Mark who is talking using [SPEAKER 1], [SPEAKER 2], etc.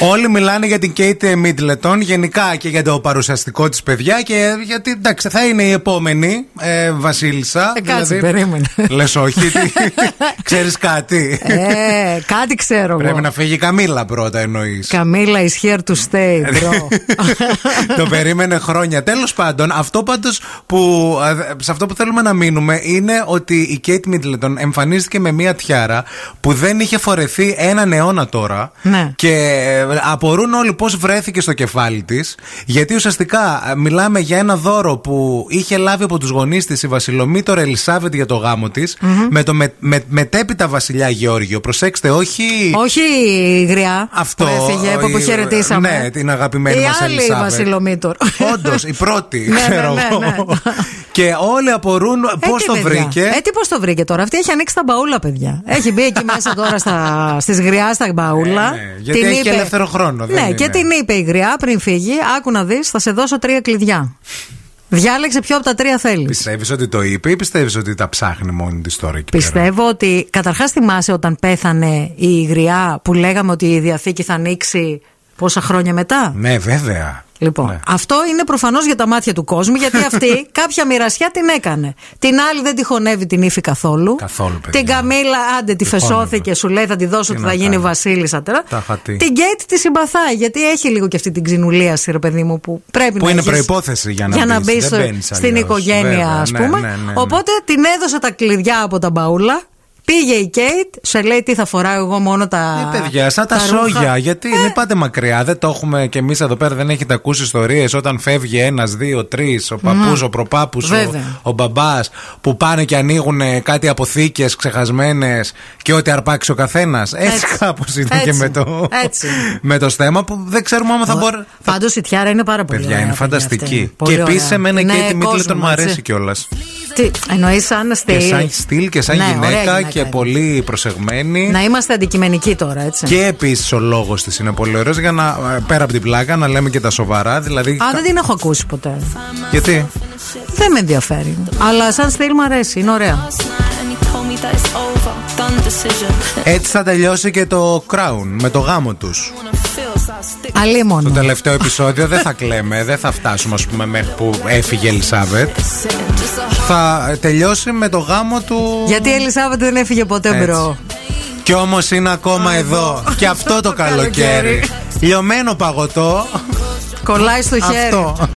[SPEAKER 1] Όλοι μιλάνε για την Κέιτ Μίτλετον γενικά και για το παρουσιαστικό της παιδιά και γιατί εντάξει θα είναι η επόμενη ε, Βασίλισσα.
[SPEAKER 2] Ε, κάτσε, περίμενε.
[SPEAKER 1] Λες όχι, ξέρεις κάτι.
[SPEAKER 2] Ε, κάτι ξέρω
[SPEAKER 1] Πρέπει
[SPEAKER 2] εγώ.
[SPEAKER 1] να φύγει η Καμίλα πρώτα εννοείς.
[SPEAKER 2] Καμίλα is here to stay,
[SPEAKER 1] Ε,
[SPEAKER 2] bro.
[SPEAKER 1] το περίμενε χρόνια. Τέλος πάντων, αυτό πάντως που. α, σε αυτό που θέλουμε να μείνουμε είναι ότι η Κέιτ Μίτλετον εμφανίστηκε με μία τιάρα που δεν είχε φορεθεί έναν αιώνα τώρα.
[SPEAKER 2] Ναι.
[SPEAKER 1] Και ε, απορούν όλοι πώς βρέθηκε στο κεφάλι της. Γιατί ουσιαστικά ε, μιλάμε για ένα δώρο που είχε λάβει από τους γονείς της η Βασιλομήτωρα Ελισάβετ για το γάμο της. Με το με, με, μετέπειτα Βασιλιά Γεώργιο. Προσέξτε, όχι.
[SPEAKER 2] Όχι η γριά
[SPEAKER 1] Αυτό.
[SPEAKER 2] που έφυγε, που, που
[SPEAKER 1] η-
[SPEAKER 2] χαιρετήσαμε.
[SPEAKER 1] Ναι, την αγαπημένη
[SPEAKER 2] Η
[SPEAKER 1] μας
[SPEAKER 2] άλλη
[SPEAKER 1] Ελισάβετ.
[SPEAKER 2] Βασιλομήτωρ.
[SPEAKER 1] Όντως, η πρώτη,
[SPEAKER 2] Ναι, ναι,
[SPEAKER 1] ξέρω
[SPEAKER 2] ναι,
[SPEAKER 1] εγώ.
[SPEAKER 2] ναι.
[SPEAKER 1] Και όλοι απορούν
[SPEAKER 2] Ε,
[SPEAKER 1] πώς
[SPEAKER 2] τι,
[SPEAKER 1] το
[SPEAKER 2] παιδιά.
[SPEAKER 1] βρήκε.
[SPEAKER 2] Ε, τι πώς το βρήκε τώρα. Αυτή έχει ανοίξει τα μπαούλα, παιδιά. Έχει μπει εκεί μέσα τώρα στα, στις γριά, στα μπαούλα.
[SPEAKER 1] Ε, ναι, γιατί έχει ελεύθερο χρόνο, δεν
[SPEAKER 2] Ναι,
[SPEAKER 1] είναι.
[SPEAKER 2] και την είπε η γριά πριν φύγει. Άκου να δεις, θα σε δώσω τρία κλειδιά. Διάλεξε ποιο από τα τρία θέλεις.
[SPEAKER 1] Πιστεύεις ότι το είπε ή πιστεύεις ότι τα ψάχνει μόνη της τώρα εκεί πέρα?
[SPEAKER 2] Πιστεύω ότι καταρχάς θυμάσαι όταν πέθανε η Ιγριά που λέγαμε ότι η Διαθήκη θα ανοίξει πόσα χρόνια μετά.
[SPEAKER 1] Ναι, βέβαια.
[SPEAKER 2] Λοιπόν,
[SPEAKER 1] Ναι.
[SPEAKER 2] αυτό είναι προφανώς για τα μάτια του κόσμου, γιατί αυτή κάποια μοιρασιά την έκανε. Την άλλη δεν τη χωνεύει την ύφη καθόλου.
[SPEAKER 1] Καθόλου, παιδιά.
[SPEAKER 2] Την Καμίλα, άντε, τη
[SPEAKER 1] Τυχόν,
[SPEAKER 2] φεσώθηκε, σου λέει θα τη δώσω
[SPEAKER 1] Τι
[SPEAKER 2] ότι
[SPEAKER 1] να
[SPEAKER 2] θα γίνει
[SPEAKER 1] κάνω.
[SPEAKER 2] Βασίλισσα τώρα.
[SPEAKER 1] Τα χατή.
[SPEAKER 2] Την Γκέιτ τη συμπαθάει, γιατί έχει λίγο και αυτή την ξινουλίαση, ρε παιδί μου, που πρέπει
[SPEAKER 1] Που
[SPEAKER 2] να
[SPEAKER 1] είναι
[SPEAKER 2] έχεις-
[SPEAKER 1] προϋπόθεση για να μπεις,
[SPEAKER 2] μπεις ε,
[SPEAKER 1] δεν μπαίνεις
[SPEAKER 2] στην
[SPEAKER 1] αλλιώς.
[SPEAKER 2] οικογένεια,
[SPEAKER 1] Βέβαια,
[SPEAKER 2] α
[SPEAKER 1] ναι,
[SPEAKER 2] πούμε.
[SPEAKER 1] ναι, ναι, ναι.
[SPEAKER 2] Οπότε την έδωσε τα κλειδιά από τα μπαούλα. Πήγε η Κέιτ, σε λέει τι θα φοράω εγώ μόνο τα.
[SPEAKER 1] Ε, παιδιά, σαν τα,
[SPEAKER 2] ρούχα. Ε.
[SPEAKER 1] σόγια. Γιατί μην πάτε μακριά. Δεν το έχουμε κι εμείς εδώ πέρα. Δεν έχετε ακούσει ιστορίες όταν φεύγει ένας, δύο, τρεις, ο παππούς, ο προπάπου, ο,
[SPEAKER 2] Ναι. Βέβαια.
[SPEAKER 1] ο μπαμπάς που πάνε και ανοίγουν ε, κάτι αποθήκες ξεχασμένες και ό,τι αρπάξει ο καθένας. Έτσι,
[SPEAKER 2] Έτσι.
[SPEAKER 1] κάπως ήταν και
[SPEAKER 2] Έτσι.
[SPEAKER 1] με το,
[SPEAKER 2] Έτσι.
[SPEAKER 1] με το στέμα που δεν ξέρουμε άμα θα μπορεί.
[SPEAKER 2] Πάντως η Τιάρα είναι πάρα πολύ
[SPEAKER 1] Παιδιά,
[SPEAKER 2] ωραία.
[SPEAKER 1] είναι
[SPEAKER 2] αυτή.
[SPEAKER 1] φανταστική.
[SPEAKER 2] Πολύ
[SPEAKER 1] και επίση
[SPEAKER 2] ωραία. Ναι,
[SPEAKER 1] εμένα
[SPEAKER 2] Είναι
[SPEAKER 1] και τη
[SPEAKER 2] κόσμο,
[SPEAKER 1] Μίτλετον μου
[SPEAKER 2] έτσι.
[SPEAKER 1] αρέσει κιόλας.
[SPEAKER 2] Τι, εννοείς σαν στυλ.
[SPEAKER 1] Και σαν στυλ και σαν
[SPEAKER 2] Ναι, ωραία
[SPEAKER 1] γυναίκα και
[SPEAKER 2] είναι. Ναι,
[SPEAKER 1] πολύ προσεγμένη.
[SPEAKER 2] Να είμαστε αντικειμενικοί τώρα, έτσι.
[SPEAKER 1] Και επίσης ο λόγος της είναι πολύ ωραίος για να ε, πέρα από την πλάκα να λέμε και τα σοβαρά. Δηλαδή.
[SPEAKER 2] Α, δεν την έχω ακούσει ποτέ.
[SPEAKER 1] Γιατί.
[SPEAKER 2] Δεν με ενδιαφέρει. Αλλά σαν στυλ μου αρέσει, είναι ωραία.
[SPEAKER 3] last night and he told me that it's over. Done decision.
[SPEAKER 1] Έτσι θα τελειώσει και το Crown με το γάμο τους.
[SPEAKER 3] When it feels, I stick.
[SPEAKER 1] Το
[SPEAKER 2] Αλίμονο.
[SPEAKER 1] τελευταίο επεισόδιο δεν θα κλαίμε, δεν θα φτάσουμε, ας πούμε, μέχρι που έφυγε η Ελισάβετ.
[SPEAKER 3] Just a heart
[SPEAKER 1] Θα ε, τελειώσει με το γάμο του.
[SPEAKER 2] Γιατί η Ελισάβετ δεν έφυγε ποτέ
[SPEAKER 1] Έτσι.
[SPEAKER 2] μπρο.
[SPEAKER 1] Κι όμως είναι ακόμα εδώ. Και αυτό το καλοκαίρι. Λιωμένο παγωτό.
[SPEAKER 2] Κολλάει στο χέρι.
[SPEAKER 1] Αυτό.